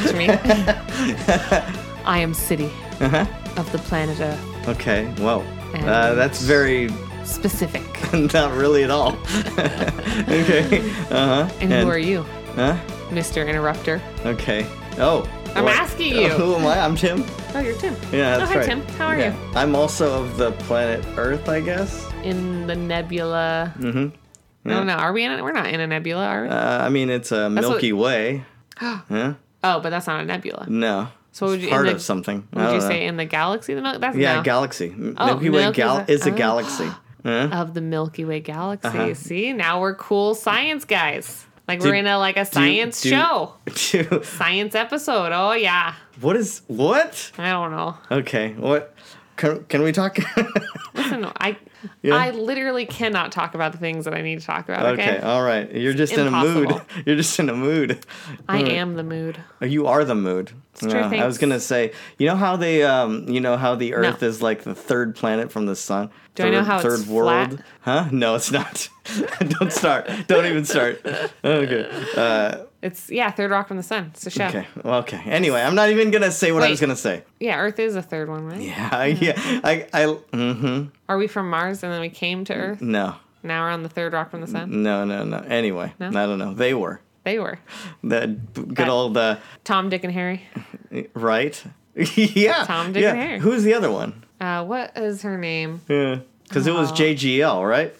me. I am City Uh-huh. of the planet Earth. Okay, well, uh, that's very Specific. not really at all. okay, uh huh. And, who are you, Huh? Mr. Interrupter? Okay. Oh. I'm what- asking you. who am I? I'm Tim. Oh, you're Tim. Yeah, Oh, that's hi, right. Tim. How are Yeah. I'm also of the planet Earth, I guess. you? In the nebula. Mm-hmm. I Yeah. don't know. Are we in it? We're not in a nebula, are we? Uh, I mean, it's a what- Milky Way. Huh? oh, but that's not a nebula. No. So would It's you- in part the- of something? I Would you don't know. say in the galaxy? The Mil- that's Yeah, no. galaxy. M- Oh, Milky Way Milky gal Way. is a Oh. galaxy. Huh? of the Milky Way galaxy. Uh-huh. See, now we're cool science guys. Like we're in a like a science do- show, science episode. Oh yeah, what is what? I don't know. Okay, what? Can, can we talk? Listen, I Yeah. I literally cannot talk about the things that I need to talk about. Okay, okay, uh, all right. You're just in a mood. impossible. You're just in a mood. I am the mood. Oh, You are the mood. true, Yeah, I thanks. was gonna say, you know how they, um, you know how the Earth No. is like the third planet from the sun. Do third, I know how it's third world? flat? Huh? No, it's not. Don't start. Don't even start. Okay. Uh, It's yeah, third rock from the sun. It's a show. okay. Well, okay. Anyway, I'm not even gonna say what I Wait. was gonna say. Yeah, Earth is a third one, right? Yeah. I- Yeah. I. I. Mm-hmm. Are we from Mars and then we came to Earth? No. Now we're on the third rock from the sun. No. No. No. Anyway, No? I don't know. They were They were that b- good That- old uh, Tom, Dick, and Harry. right. yeah. Tom, Dick, yeah. and Harry. Who's the other one? Uh, what is her name? Yeah. Because it was Aw. JGL, right?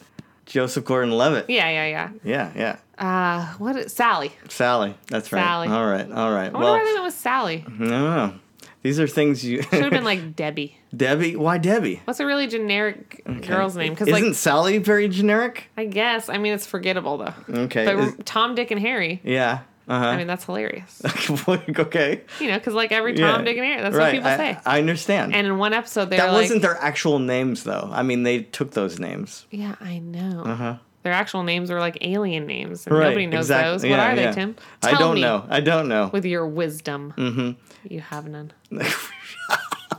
Joseph Gordon Levitt. Yeah, yeah, Yeah, yeah. yeah. Uh, what is Sally? Sally. That's right. Sally. All right, all right. I wonder Well, why that was Sally. no, no, no. These are things you. Should have been like Debbie. Debbie. Why Debbie? What's a really generic girl's name? Because Isn't like Sally very generic? I guess I mean it's forgettable though. Okay. But is- Tom, Dick, and Harry. yeah. I Uh mean that's hilarious. huh. okay. You know, because like every Yeah. Tom, Dick, and Harry. That's what right. people I, say. I understand. and in one episode, they're that like, wasn't their actual names, though. I mean, they took those names. "Yeah, I know." Their actual names were like alien names, and Uh-huh. Right. nobody knows exactly. those. What Yeah, are they, yeah. Tim? I Tell don't me know. Mm-hmm. I don't know. With your wisdom, you have none.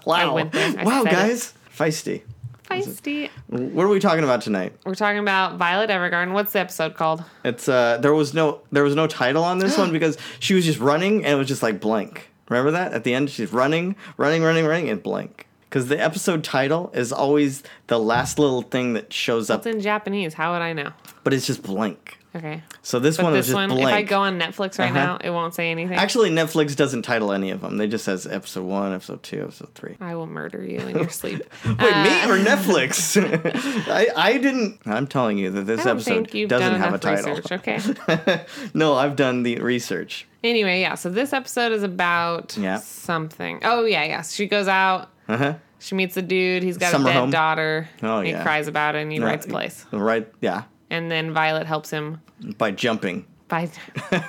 wow. went there. I wow, said it. guys. Feisty. Feisty. What are we talking about tonight? We're talking about Violet Evergarden. What's the episode called? It's uh there was no there was no title on this one because she was just running and it was just like blank. Remember that? At the end she's running, running, running, running and blank. Cuz the episode title is always the last little thing that shows up, It's in Japanese. How would I know? but it's just blank. Okay. So this But one is this just one, blank. if I go on Netflix right Uh-huh. now, it won't say anything. Actually Netflix doesn't title any of them. They just says episode 1, episode 2, episode 3. I will murder you in your sleep. Wait, Uh, me or Netflix? I, I didn't. I'm telling you that this I don't episode think you've doesn't done have a enough title. research. Okay. no, I've done the research. anyway, yeah. So this episode is about Yeah. something. Oh yeah, yeah. She goes out. Uh huh. She meets a dude. He's got Summer a dead home. daughter. Oh, and yeah. He cries about it and he No, writes place. Right? Yeah. And then Violet helps him By jumping. by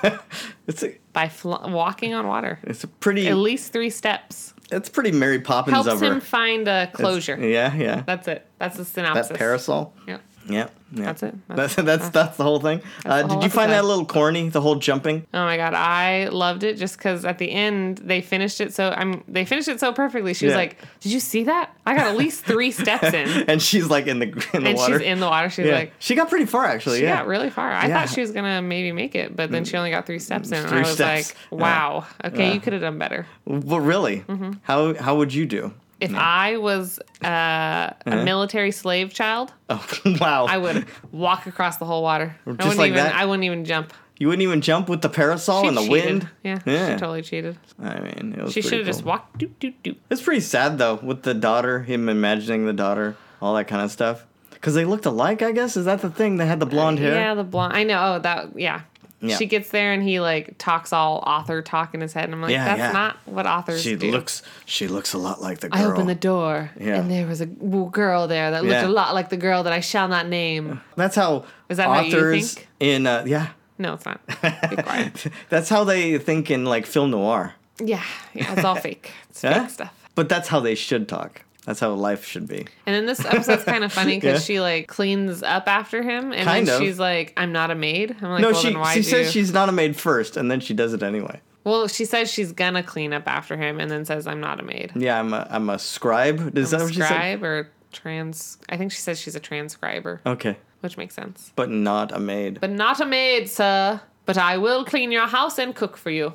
It's a by fl- walking on water. it's a pretty At least three steps it's pretty Mary Poppins helps of her. him find a closure. Yeah, yeah. That's it. That's the That synopsis. parasol. Yep. Yeah, yeah. That's it. That's That's- that's that's, the whole thing. Uh, the did whole you episode. find that a little corny? The whole jumping. Oh my god, I loved it just because at the end they finished it so I'm they finished it so perfectly. She was Yeah. like, "Did you see that? I got at least three steps in." and she's like in the in the Mm-hmm. And water. she's in the water. She's yeah. like, she got pretty far actually. "She yeah. got really far. I Yeah. thought she was gonna maybe make it, but then she only got three steps in." And Three I was steps. like, "Wow, okay, you could have done better." well, really. Mm-hmm. How how would you do? If I was uh, Uh-huh. a military slave child, Oh, wow. I would walk across the whole water. I wouldn't like even. that? I wouldn't even jump. you wouldn't even jump with the parasol She and the cheated. wind. Yeah, Yeah. she totally cheated. I mean, it was She should pretty have just cool. walked. Doop doop doop. It's pretty sad though, with the daughter, him imagining the daughter, all that kind of stuff. Because they looked alike, I guess. Is that the thing? They had the blonde hair. Yeah, the blonde. I know. Oh, that. Yeah. Yeah. She gets there and he like talks all author talk in his head, and I'm like, Yeah, that's yeah. not what authors She do. looks. She looks a lot like the girl. I opened the door, Yeah. and there was a w- girl there that looked Yeah. a lot like the girl that I shall not name. That's how Is that how you authors think? in uh, yeah. No, it's not. Be quiet. That's how they think in like film noir. Yeah, yeah, it's all fake. It's Huh? fake stuff. But that's how they should talk. That's how life should be. And then this episode's kind of funny because Yeah. she like cleans up after him, and Kind then of. she's like, "I'm not a maid." I'm like, No, "Well, she then why she do?" says she's not a maid first, and then she does it anyway. well, she says she's gonna clean up after him, and then says, "I'm not a maid." Yeah, I'm a I'm a scribe. Is that what she said? Scribe or trans? I think she says she's a transcriber. Okay, Which makes sense. but not a maid. But not a maid, sir. But I will clean your house and cook for you.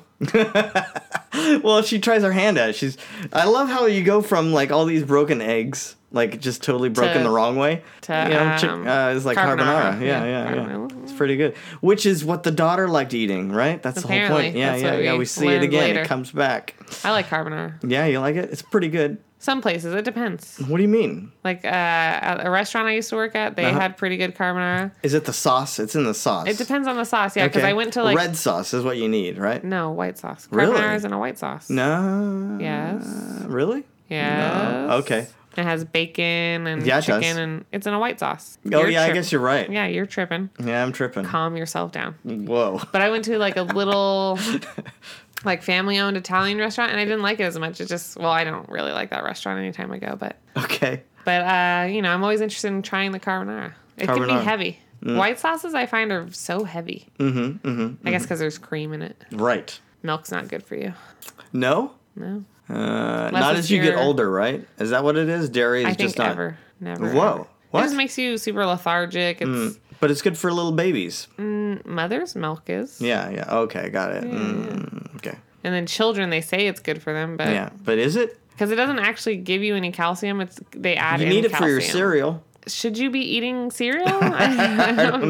well, she tries her hand at it. She's. I love how you go from like all these broken eggs, like just totally broken To- the wrong way. to, you know, chick- um, uh, it's like carbonara. carbonara. Yeah, Yeah, yeah, yeah. carbonara. It's pretty good. Which is what the daughter liked eating, right? That's the whole point. Apparently, Yeah, that's yeah, what yeah. we We see it learned again. later. It comes back. I like carbonara. Yeah, you like it? It's pretty good. Some places it depends. What do you mean? Like uh, at a restaurant I used to work at, they Uh-huh. had pretty good carbonara. Is it the sauce? It's in the sauce. It depends on the sauce, yeah. Because I went to like red sauce is what you need, right? no white sauce. Really? Carbonara isn't a white sauce. No. Yes. Really? Yes. Okay. It has bacon and Yeah, it chicken, does. and it's in a white sauce. Oh You're yeah, I tri- guess you're right. Yeah, you're tripping. Yeah, I'm tripping. Calm yourself down. Whoa. But I went to like a little, like family owned Italian restaurant, and I didn't like it as much. It just well, I don't really like that restaurant anytime I go, but Okay. but uh, you know, I'm always interested in trying the carbonara. It can Carbonara. Mm. be heavy. White sauces I find are so heavy. Mm-hmm. mm-hmm I guess because there's cream in it. Right. Milk's not good for you. No. No, Uh, not it's as you get your- older, right? Is that what it is? Dairy is I think just not. ever, never. Whoa. ever. What? It just makes you super lethargic. It's But it's good for little babies. Mm-hmm. mother's milk is. Mm. Yeah. Yeah. Okay. Got it. Mm, okay. And then children, they say it's good for them, but Yeah. But is it? because it doesn't actually give you any calcium, it's they add. You in need it for your calcium. cereal. Should you be eating cereal?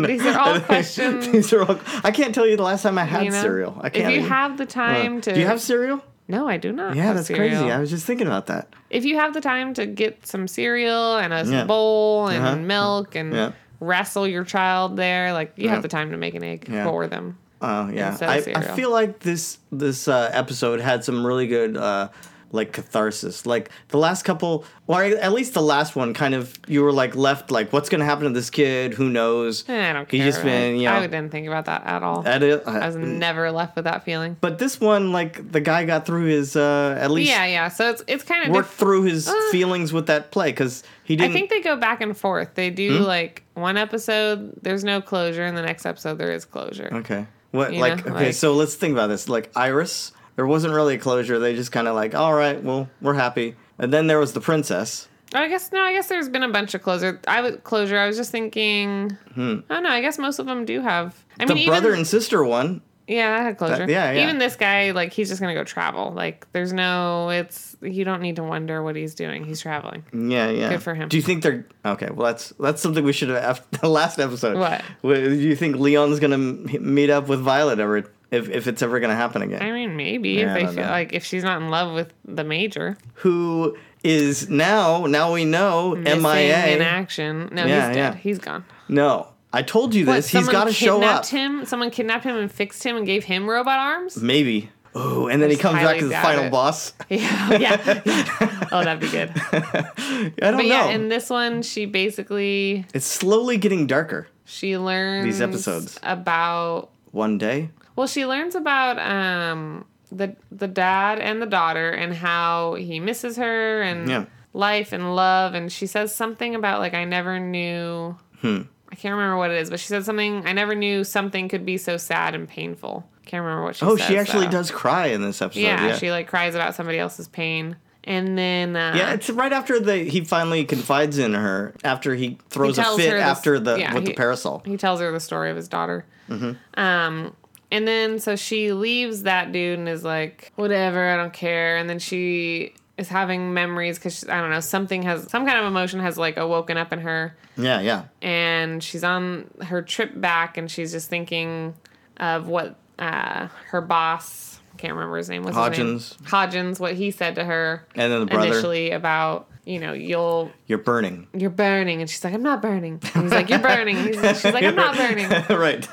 These are all questions. These are all. I can't tell you the last time I had You know? cereal. I can't. If you even- have the time Uh, to, Do you have cereal? No, I do not. Yeah, have that's cereal. crazy. I was just thinking about that. If you have the time to get some cereal and a Yeah. bowl and Uh-huh. milk and Yeah. wrestle your child there, like you Yeah. have the time to make an egg Yeah. for them. Oh yeah, Instead of I, I cereal. feel like this this uh, episode had some really good uh, like catharsis. Like the last couple, or at least the last one, kind of you were like left like, what's gonna happen to this kid? Who knows? Eh, I don't care. He's just been right? you know. uh, mm. I didn't think about that at all. at it, I was never left with that feeling. but this one, like the guy got through his uh, at least Yeah, yeah. So it's it's kind of worked through his Uh. feelings with that play because he I didn't. think they go back and forth. They do Hmm? like one episode, there's no closure, and the next episode there is closure. Okay. What You like know, okay, like- so let's think about this. Like Iris, there wasn't really a closure. They just kind of like, all right, well, we're happy. And then there was the princess. I guess no. I guess there's been a bunch of closure. I was closure. I was just thinking. I don't know. I guess most of them do have. I Hmm. The mean, brother even and sister one. yeah, that had closure. That- yeah, yeah. Even this guy, like, he's just gonna go travel. Like, there's no. It's you don't need to wonder what he's doing. He's traveling. Yeah, yeah. Good for him. Do you think they're okay? Well, that's that's something we should have after the last episode. What? Wh- Do you think Leon's gonna m- meet up with Violet ever? If if it's ever gonna happen again? I mean, maybe Yeah, if I they don't feel know. like if she's not in love with the major, Who is now? Now we know missing MIA. in action. No, Yeah, he's dead. yeah. He's gone. no, I told you What, this. He's someone got to show up. Mm. kidnapped Him, someone kidnapped him and fixed him and gave him robot arms. Maybe. Oh, and then he just comes back highly as the doubt final it. boss. Yeah, yeah. oh, that'd be good. I don't But know. yeah, in this one, she basically It's slowly getting darker. she learns episodes. about One day. well, she learns about um the the dad and the daughter and how he misses her and Yeah. life and love and she says something about like I never knew Hmm. I can't remember what it is, but she said something I never knew something could be so sad and painful. Can't remember what she Oh, says, she actually though. does cry in this episode. Yeah, Yeah, yeah. she like cries about somebody else's pain. And then uh, it's right after the he finally confides in her after he throws a tells fit her this- after the yeah, with he- the parasol. He tells her the story of his daughter. Mm-hmm. Um, and then so she leaves that dude and is like, whatever, I don't care. And then she is having memories because I don't know something has some kind of emotion has like awoken up in her, Yeah, yeah. and she's on her trip back and she's just thinking of what uh, her boss can't remember his name was Hodgins. Hodgins what he said to her And then the brother, initially about you know you'll you're burning. you're burning. And she's like, I'm not burning. And he's like, You're burning. And he's- she's like, I'm not burning. right.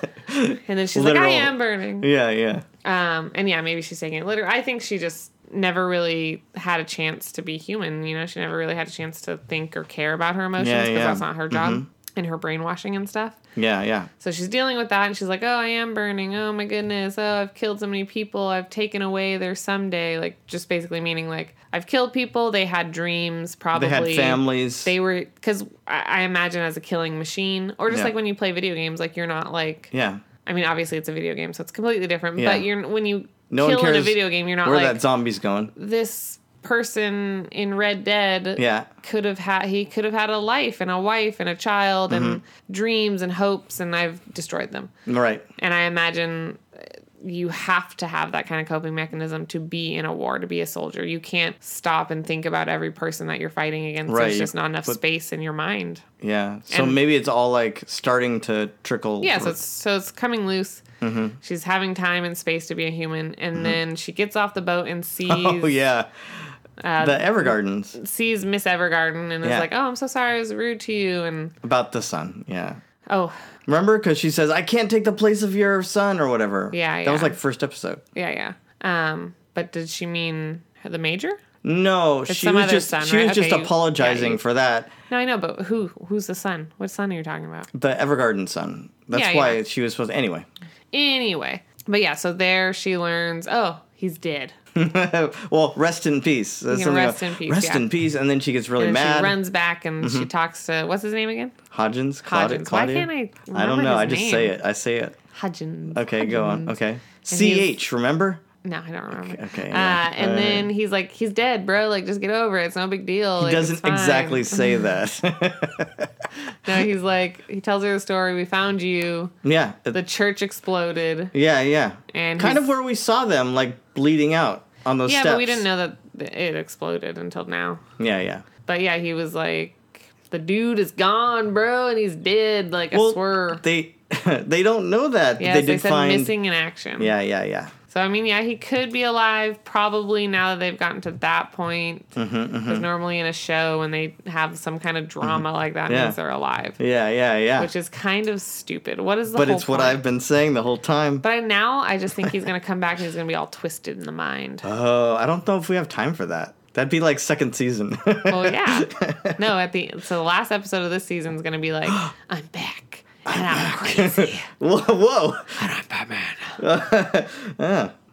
And then she's like, I Literal. am burning. Yeah, yeah. Um, and yeah, maybe she's taking it literally. I think she just never really had a chance to be human. You know, she never really had a chance to think or care about her emotions Yeah, because yeah. Mm-hmm. that's not her job and her brainwashing and stuff. Yeah, yeah. So she's dealing with that and she's like, Oh, I am burning. Oh my goodness. Oh, I've killed so many people. I've taken away their someday. Like, just basically meaning like, I've killed people. They had dreams, probably They had families. they were because I, I imagine as a killing machine or just Yeah. like when you play video games like you're not like yeah. i mean obviously it's a video game so it's completely different Yeah. but you're when you No one kill in a cares video game you're not Where like that zombie's going. this person in red dead Yeah. could have had he could have had a life and a wife and a Mm-hmm. child and dreams and hopes and i've destroyed them Right. and i imagine uh, you have to have that kind of coping mechanism to be in a war, to be a soldier. You can't stop and think about every person that you're fighting against. Right, There's you just not enough put- space in your mind. Yeah. So And- maybe it's all like starting to trickle. Yeah, so it's, so it's coming loose. Mm-hmm. She's having time and space to be a human, and then she gets off the boat and sees Oh yeah. uh, the Evergardens sees Miss Evergarden and is Yeah. like, "Oh, I'm so sorry, I was rude to you." And about the sun. Yeah. oh, Remember, because she says, "I can't take the place of your son" or whatever. Yeah, That yeah. was like first episode. yeah, yeah. Um, but did she mean the major? No, she some was other just son, she right? was Okay, just you- yeah, apologizing you- for that. No, I know, but who who's the son? What son are you talking about? The Evergarden son. That's Yeah, why yeah. she was supposed. Anyway, Anyway, but yeah, so there she learns, "Oh, he's dead." Oh, well, rest in peace. That's Yeah, something rest about- in peace, Rest yeah. in peace. And then she gets really And then mad. she runs back and she talks to what's his name again? Hodgins. Claudia, Hodgins. Why Claudia? can't I? Remember I don't know. His I just name? say it. I say it. Hodgins. Okay, go on. Hodgins. Okay. he's- CH, remember? No, I don't remember. okay, Uh, yeah. and Uh, then he's like, "He's dead, bro. Like, just get over it. It's no big deal." He Like, it's doesn't fine." exactly say that. No, he's like, he tells her the story. We found you. yeah. The church exploded. yeah, yeah. And kind of he's- where we saw them like bleeding out on those Yeah, steps. but we didn't know that it exploded until now. Yeah, yeah. But yeah, he was like, "The dude is gone, bro, and he's dead." Like, I swear. they they don't know that. Yeah, they they, did said find missing in action. Yeah, yeah, yeah. So I mean, yeah, he could be alive probably now that they've gotten to that point. Because Mm-hmm, normally in a show when they have some kind of drama like that, it Yeah. means they're alive, Yeah, yeah, yeah. which is kind of stupid. What is the Ah. but whole it's what point? I've been saying the whole time. But I, now I just think he's gonna come back and he's gonna be all twisted in the mind. Oh, I don't know if we have time for that. That'd be like second season. Well, Oh, yeah. No, at the so the last episode of this season is gonna be like, I'm back and I'm, crazy. whoa, whoa.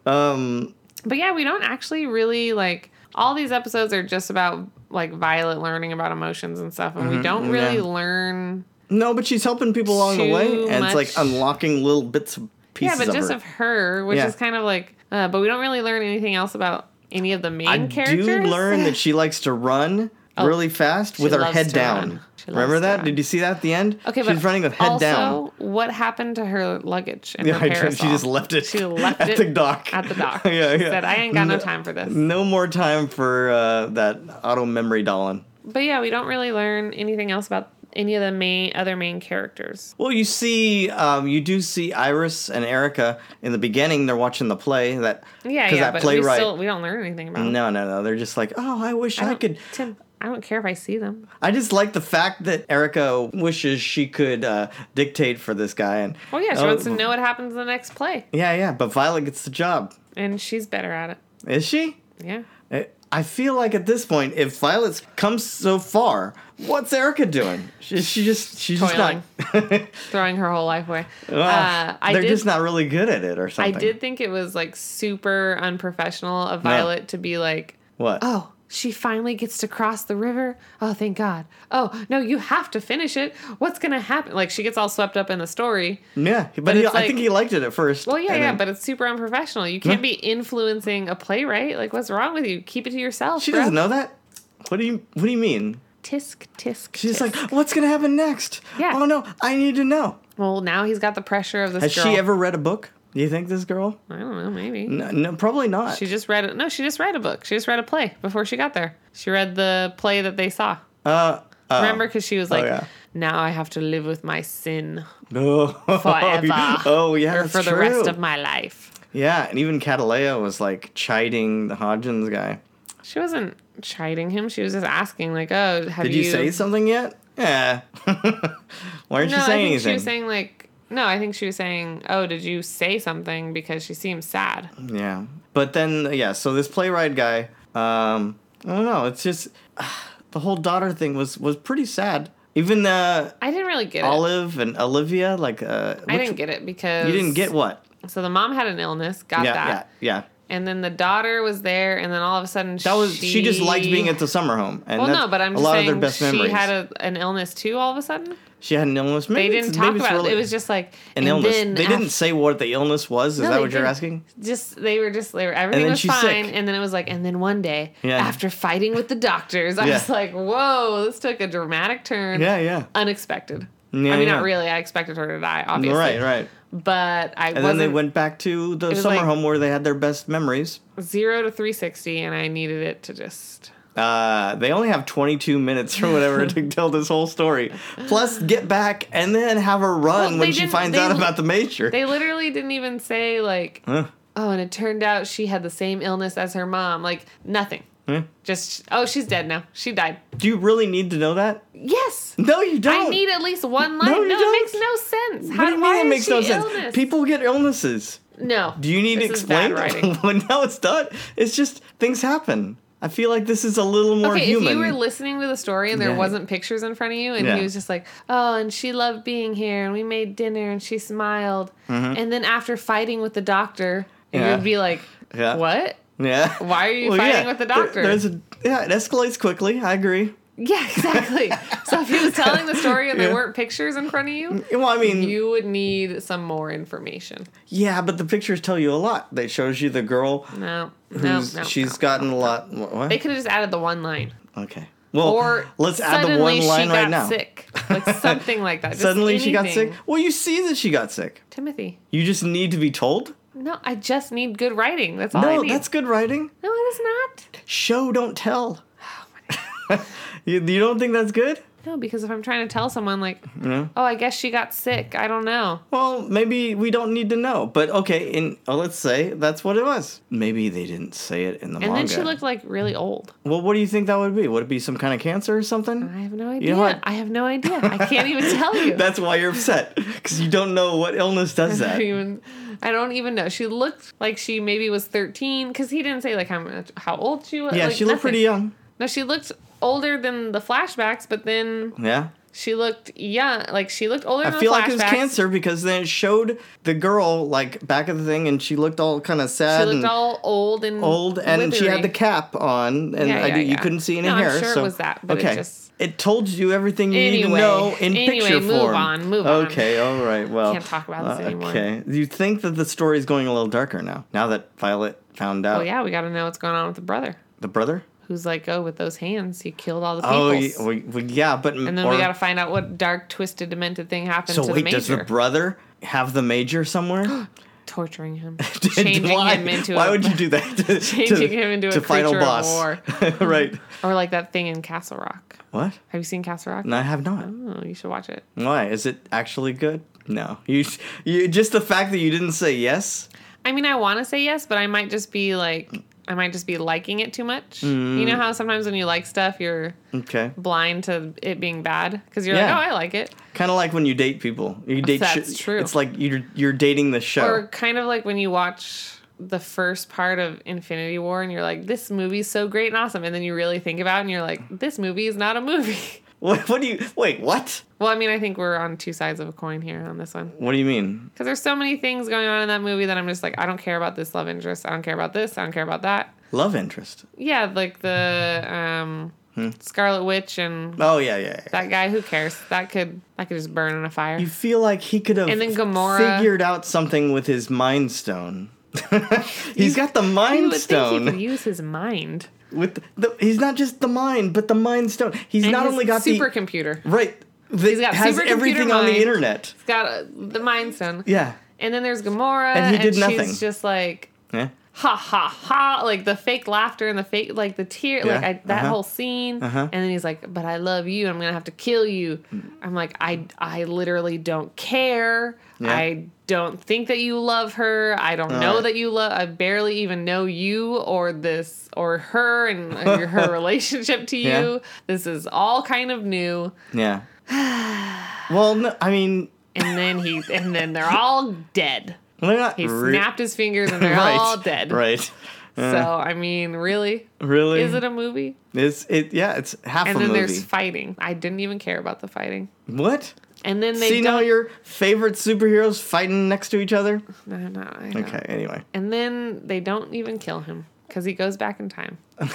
Um, But yeah, we don't actually really like all these episodes are just about like Violet learning about emotions and stuff, and we don't really Mm-hmm. yeah. learn No, but she's helping people along the Too way, and it's like much- unlocking little bits of Yeah, pieces. but just her. of her, which Yeah. is kind of like, uh, but we don't really learn anything else about any of the main I characters. Oh. do learn that she likes to run really fast with her loves head to down. run. She loves Remember to that? run. Did you see that at the end? okay, she's but running with head also, down. what happened to her luggage and Yeah, her I did. parasol? she just left it. She left at it the dock. at the dock. yeah, yeah. She said, "I ain't got no time for this." No more time for uh, that auto memory dolling. But yeah, we don't really learn anything else about any of the main other main characters. Well, you see, um, you do see Iris and Erica in the beginning. They're watching the play that Yeah, 'cause yeah, that but playwright. we still we don't learn anything about. them. no, no, no. They're just like, oh, I wish I, I don't- could. Tim, I don't care if I see them. I just like the fact that Erica wishes she could uh, dictate for this guy, and Oh yeah, she wants to know what happens in the next play, Yeah, yeah, but Violet gets the job. and she's better at it. Is she? Yeah. I- I feel like at this point, if Violet's come so far, what's Erica doing? She, she just she's just not. Throwing her whole life away. Ah, uh, I they're did just not really good at it, or I something. did think it was like super unprofessional of No. Violet to be like, What? oh, she finally gets to cross the river. Oh, thank God. Oh, no, you have to finish it. What's going to happen? Like, she gets all swept up in the story. yeah, but, he, it's I think like- he liked it at first. Well, yeah, and yeah, then- but it's super unprofessional. You can't be influencing a playwright. Like, what's wrong with you? Keep it to yourself. she bro. doesn't know that. What do you What do you mean? Tisk, tisk. She's tisk. like, what's gonna happen next? Yeah. Oh no, I need to know. well, now he's got the pressure of this Has girl. she ever read a book? Do you think this girl? I don't know, maybe. No, no probably not. She just read it. No, she just read a book. She just read a play before she got there. She read the play that they saw. uh, uh, Remember, because she was like, yeah. "Now I have to live with my sin no. forever, oh yeah, or that's for the rest true. of my life." Yeah, and even Catalea was like chiding the Hodgins guy. She wasn't chiding him. She was just asking, like, "Oh, have Did you, say something yet? Yeah. Why aren't No, you I saying think she anything? was saying like, no, I think she was saying, "Oh, did you say something?" Because she seems sad. yeah. But then yeah, so this playwright guy, um, I don't know. It's just the whole daughter thing was was pretty sad. Even uh, I didn't really get it. Olive and Olivia, like uh, I which- didn't get it because you didn't get what? So the mom had an illness, got yeah, that, yeah, yeah. and then the daughter was there, and then all of a sudden That was she, just liked being at the summer home, and Well, that's no, but I'm a just lot saying of their best she memories. had a, an illness too. All of a sudden, she had an illness. they Maybe didn't it's- talk maybe it's about really- it. It was just like an and illness. then They didn't af- say what the illness was. Is No, that they what you're didn't. asking? Just they were just they were everything then was she's fine, sick. and then it was like, and then one day Yeah. after fighting with the doctors, I Yeah. was like, whoa, this took a dramatic turn. Yeah, yeah. unexpected. Yeah, I mean, yeah. not really. I expected her to die, obviously. Right, right. but I And then wasn't they went back to the was summer like- home where they had their best memories. zero to 360, and I needed it to just. Uh, they only have 22 minutes or whatever to tell this whole story. Plus, get back and then have a run Well, when they she didn't- finds they- out about the major. They literally didn't even say like, Huh. oh, and it turned out she had the same illness as her mom. Like nothing. Just oh, she's dead now. She died. Do you really need to know that? Yes. No, you don't. I need at least one line. No, No, you it don't. makes no sense. What do you mean why it is makes no she sense? illness? People get illnesses. No. Do you need This to is bad explain? writing. Well, no, it's not. It's just things happen. I feel like this is a little more okay, human. if you were listening to the story and there Yeah. wasn't pictures in front of you, and Yeah. he was just like, "Oh, and she loved being here, and we made dinner, and she smiled," and then after fighting with the doctor, and Mm-hmm. Yeah. you'd be like, Yeah. "What? yeah. Why are you fighting with the There- doctor?" there's a yeah. It escalates quickly. I agree. Yeah, exactly. so if he was telling the story and there Yeah. weren't pictures in front of you, Well, I mean, you would need some more information. yeah, but the pictures tell you a lot. They shows you the girl No, no, who's no. she's no. gotten a lot. What? They could have just added the one line, okay. Well, or let's add the suddenly one she line got right now. Sick, like something like that. Just Suddenly she got sick. anything. Well, you see that she got sick. Timothy. You just need to be told. No, I just need good writing. That's all I No, need. that's good writing. No, it is not. Show don't tell. Oh, you, you don't think that's good? No, because if I'm trying to tell someone, like, Yeah. oh, I guess she got sick. I don't know. Well, maybe we don't need to know. But okay, in oh, let's say that's what it was. Maybe they didn't say it in the And manga. then she looked like really old. well, what do you think that would be? Would it be some kind of cancer or something? I have no idea. know what? I have no idea. I can't even tell you. That's why you're upset because you don't know what illness does I that. don't even, I don't even know. She looked like she maybe was 13 because he didn't say like how much, how old she was. Yeah, like, she looked nothing. pretty young. No, she looked older than the flashbacks, but then Yeah. she looked young. Like she looked older. I than feel the like it was flashbacks. cancer because then it showed the girl like back of the thing and she looked all kind of She sad looked and all old and old and she had the withery. cap on and Yeah, I yeah, did- you yeah. couldn't see any No, I'm hair. sure it so was that, but it okay, just- It told you everything you need to Anyway, know in anyway, picture move form. on, move on. Okay, all right. Well, Can't talk about this uh, anymore. Okay, you think that the story is going a little darker now? Now that Violet found out Oh yeah, we got to know what's going on with the brother, the brother. who's like, oh, with those hands, he killed all the people. Oh, y- we, we, yeah, but and then we got to find out what dark, twisted, demented thing happened so to wait, the does the major, brother have the major somewhere? torturing him, Did- changing why, him into why a, would you do that? To- Changing him into a creature of war. right? or like that thing in Castle Rock. What? Have you seen Castle Rock? No, I have not. Oh, you should watch it. Why is it actually good? No, you, you just the fact that you didn't say yes. I mean, I want to say yes, but I might just be like, I might just be liking it too much. You Mm. know how sometimes when you like stuff, you're Okay, blind to it being bad because you're Yeah. like, oh, I like it. kind of like when you date people. You date. That's true. It's like you're you're dating the show. Or kind of like when you watch the first part of Infinity War and you're like, this movie's so great and awesome. And then you really think about it and you're like, this movie is not a movie. what, what do you wait? What? well, I mean, I think we're on two sides of a coin here on this one. What do you mean? Because there's so many things going on in that movie that I'm just like, I don't care about this love interest. I don't care about this. I don't care about that. Love interest? Yeah, like the um, Hmm. Scarlet Witch and Oh yeah, yeah. yeah. that guy. Who cares? That could that could just burn in a fire. you feel like he could have And then Gamora- figured out something with his mind stone. he's got the mind You would think he stone. could use his mind. with the, he's not just the mind, but the mind stone. He's And not his only got the supercomputer. right. That got has supercomputer everything on the mind. internet. It's got uh, the mind stone. Yeah. And then there's Gamora, And and, he did nothing. she's just like, Yeah. ha ha ha, like the fake laughter and the fake, like the tear, like Yeah, I, that uh-huh. whole scene. Uh-huh. And then he's like, but I love you, I'm gonna have to kill you. I'm like, I, I literally don't care. Yeah. I don't think that you love her. I don't know right. that you love. I barely even know you or this or her and your- her relationship to you. Yeah. This is all kind of new. Yeah. well, no, I mean, And then he, and then they're all dead. they're not. He re- snapped his fingers and they're right, all dead. Right. So I mean, really, Really? is it a movie? It's it. Yeah, it's half And a then movie. there's fighting. I didn't even care about the fighting. What? And then they Seeing all don't. your favorite superheroes fighting next to each other. No, no, I know. Okay. Anyway. And then they don't even kill him because he goes back in time or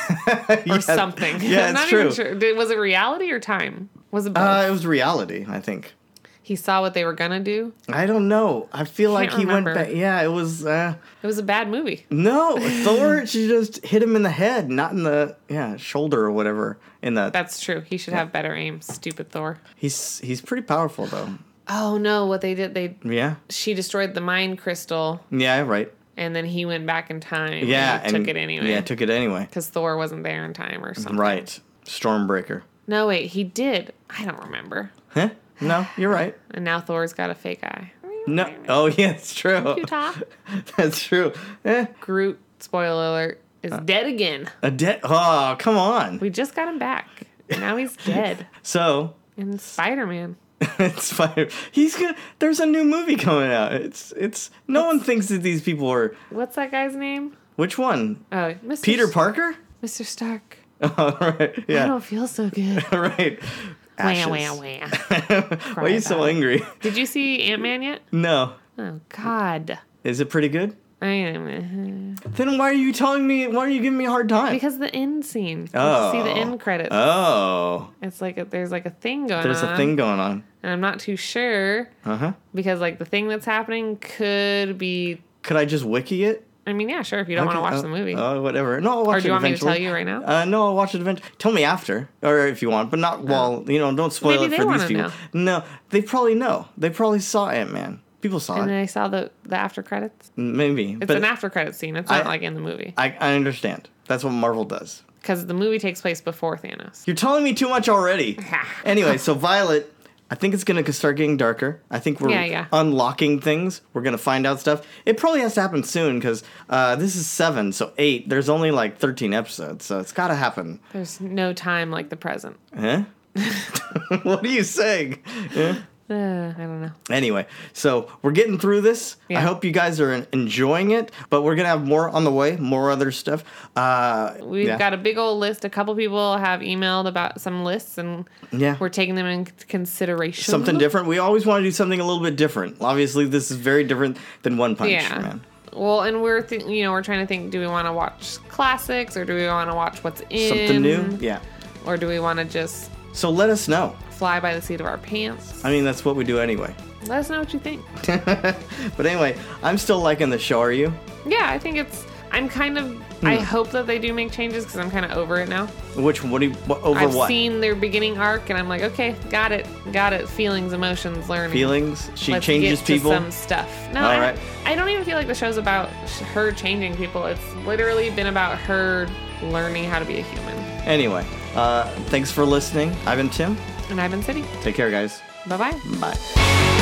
Yeah. something. Yeah, I'm it's not true. even sure. Did, was it reality or time? Was it both? Uh, it was reality, I think. he saw what they were gonna do. I don't know. I feel like he remember. went back. Yeah, it was. Uh, It was a bad movie. no, Thor. She just hit him in the head, not in the yeah shoulder or whatever. In the That's true. He should have better aim. Stupid Thor. he's he's pretty powerful though. Oh no, what they did they Yeah. she destroyed the mind crystal Yeah, right. and then he went back in time. Yeah. and he took it anyway. Yeah, took it anyway. because Thor wasn't there in time or something. Right. Stormbreaker. No, wait, he did. I don't remember. Huh? No, you're right. And now Thor's got a fake eye. No. Oh, yeah, it's true. Utah. That's true. Eh, Groot, spoiler alert, is Uh. dead again. a dead. Oh, come on. We just got him back. And now he's dead. So, And Spider Man. it's fire. He's gonna. There's a new movie coming out. It's it's. No one thinks that these people are. What's that guy's name? Which one? Oh, Mr. Peter S- Parker. Mr. Stark. Oh, right. I Yeah. don't feel so good. right. Ashes. Wah, wah, wah. Why are you so about it. angry? Did you see Ant Man yet? No. Oh, God. Is it pretty good? I am. uh-huh. Then why are you telling me? Why are you giving me a hard time? Because the end scene. You Oh. See the end credits. oh, It's like a, there's like a thing going there's on. a thing going on. And I'm not too sure Uh huh. because like the thing that's happening could be. Could I just wiki it? I mean, yeah, sure. If you don't Okay, want to watch uh, the movie, Oh, whatever. No, I'll watch or do it you want eventually. me to tell you right now? Oh. Uh, no, I'll watch it eventually. Tell me after, or if you want, but not while you know. Don't spoil Maybe it they for these wanna people. No, they probably know. They probably saw Ant Man. People saw and it. then I saw the the after credits. Maybe, It's but an after credit scene. It's I- not like in the movie I, I understand. That's what Marvel does. because the movie takes place before Thanos. You're telling me too much already. anyway, so Violet, I think it's gonna start getting darker. I think we're Yeah, yeah. unlocking things. We're gonna find out stuff. It probably has to happen soon because uh, this is seven, so eight. There's only like thirteen episodes, so it's gotta happen. There's no time like the present. Huh? what are you saying? Huh? Uh, I don't know. Anyway, so we're getting through this. I Yeah. hope you guys are en- enjoying it, but we're gonna have more on the way, more other stuff. Uh, We've yeah. got a big old list. A couple people have emailed about some lists, and Yeah. we're taking them in consideration. Mm-hmm. something different. We always want to do something a little bit different. Obviously, this is very different than One Punch Yeah. Man. Well, and we're th- you know we're trying to think: do we want to watch classics or do we want to watch what's in Something new, Um, yeah. or do we want to just So let us know. fly by the seat of our pants? I mean, that's what we do anyway. Let us know what you think. But anyway, I'm still liking the show. Are you? Yeah, I think it's. I'm kind of. I Hmm. hope that they do make changes because I'm kind of over it now. Which what do you, what, over I've what seen their beginning arc and I'm like, okay, got it, got it. Feelings, emotions, learning. feelings? She Let's changes get people. To some stuff. No, All I, right. I don't even feel like the show's about sh- her changing people. It's literally been about her learning how to be a human. Anyway, uh, thanks for listening. I've been Tim. And I've been City. Take care, guys. Bye bye. Bye.